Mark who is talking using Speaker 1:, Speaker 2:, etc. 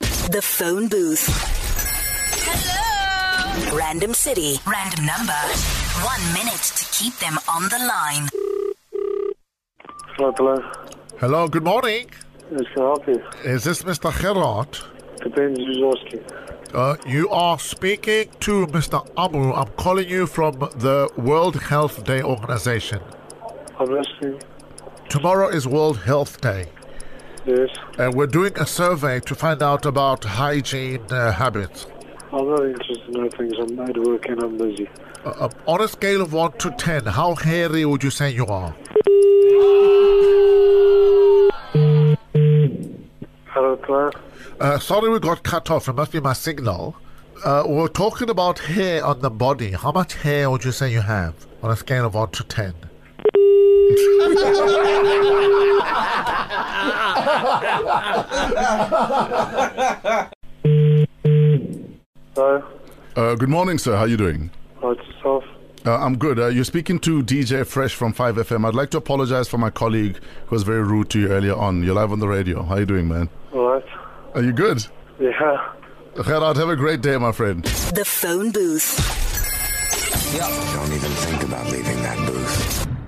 Speaker 1: The phone booth. Hello. Random city, random number. One minute to keep them on the line.
Speaker 2: Hello, hello.
Speaker 3: Hello, good morning.
Speaker 2: Yes, can I help you?
Speaker 3: Is this Mr. Gerard?
Speaker 2: Depends who's asking.
Speaker 3: Uh, you are speaking to Mr. Amu. I'm calling you from the World Health Day organization.
Speaker 2: I'm listening.
Speaker 3: Tomorrow is World Health Day,
Speaker 2: Yes.
Speaker 3: and we're doing a survey to find out about hygiene uh, habits.
Speaker 2: I'm not interested in other things. I'm at work and I'm busy.
Speaker 3: Uh, uh, on a scale of 1 to 10, how hairy would you say you are?
Speaker 2: Hello, hello.
Speaker 3: Uh, sorry, we got cut off. It must be my signal. Uh, we're talking about hair on the body. How much hair would you say you have on a scale of 1 to 10?
Speaker 2: Hello.
Speaker 4: Uh, good morning, sir. How are you doing?
Speaker 2: Right, yourself.
Speaker 4: Uh, I'm good. Uh, you're speaking to DJ Fresh from 5FM. I'd like to apologize for my colleague who was very rude to you earlier on. You're live on the radio. How are you doing, man?
Speaker 2: All right.
Speaker 4: Are you good?
Speaker 2: Yeah.
Speaker 4: Gerard, have a great day, my friend.
Speaker 1: The phone booth.
Speaker 5: Don't even think about leaving that booth.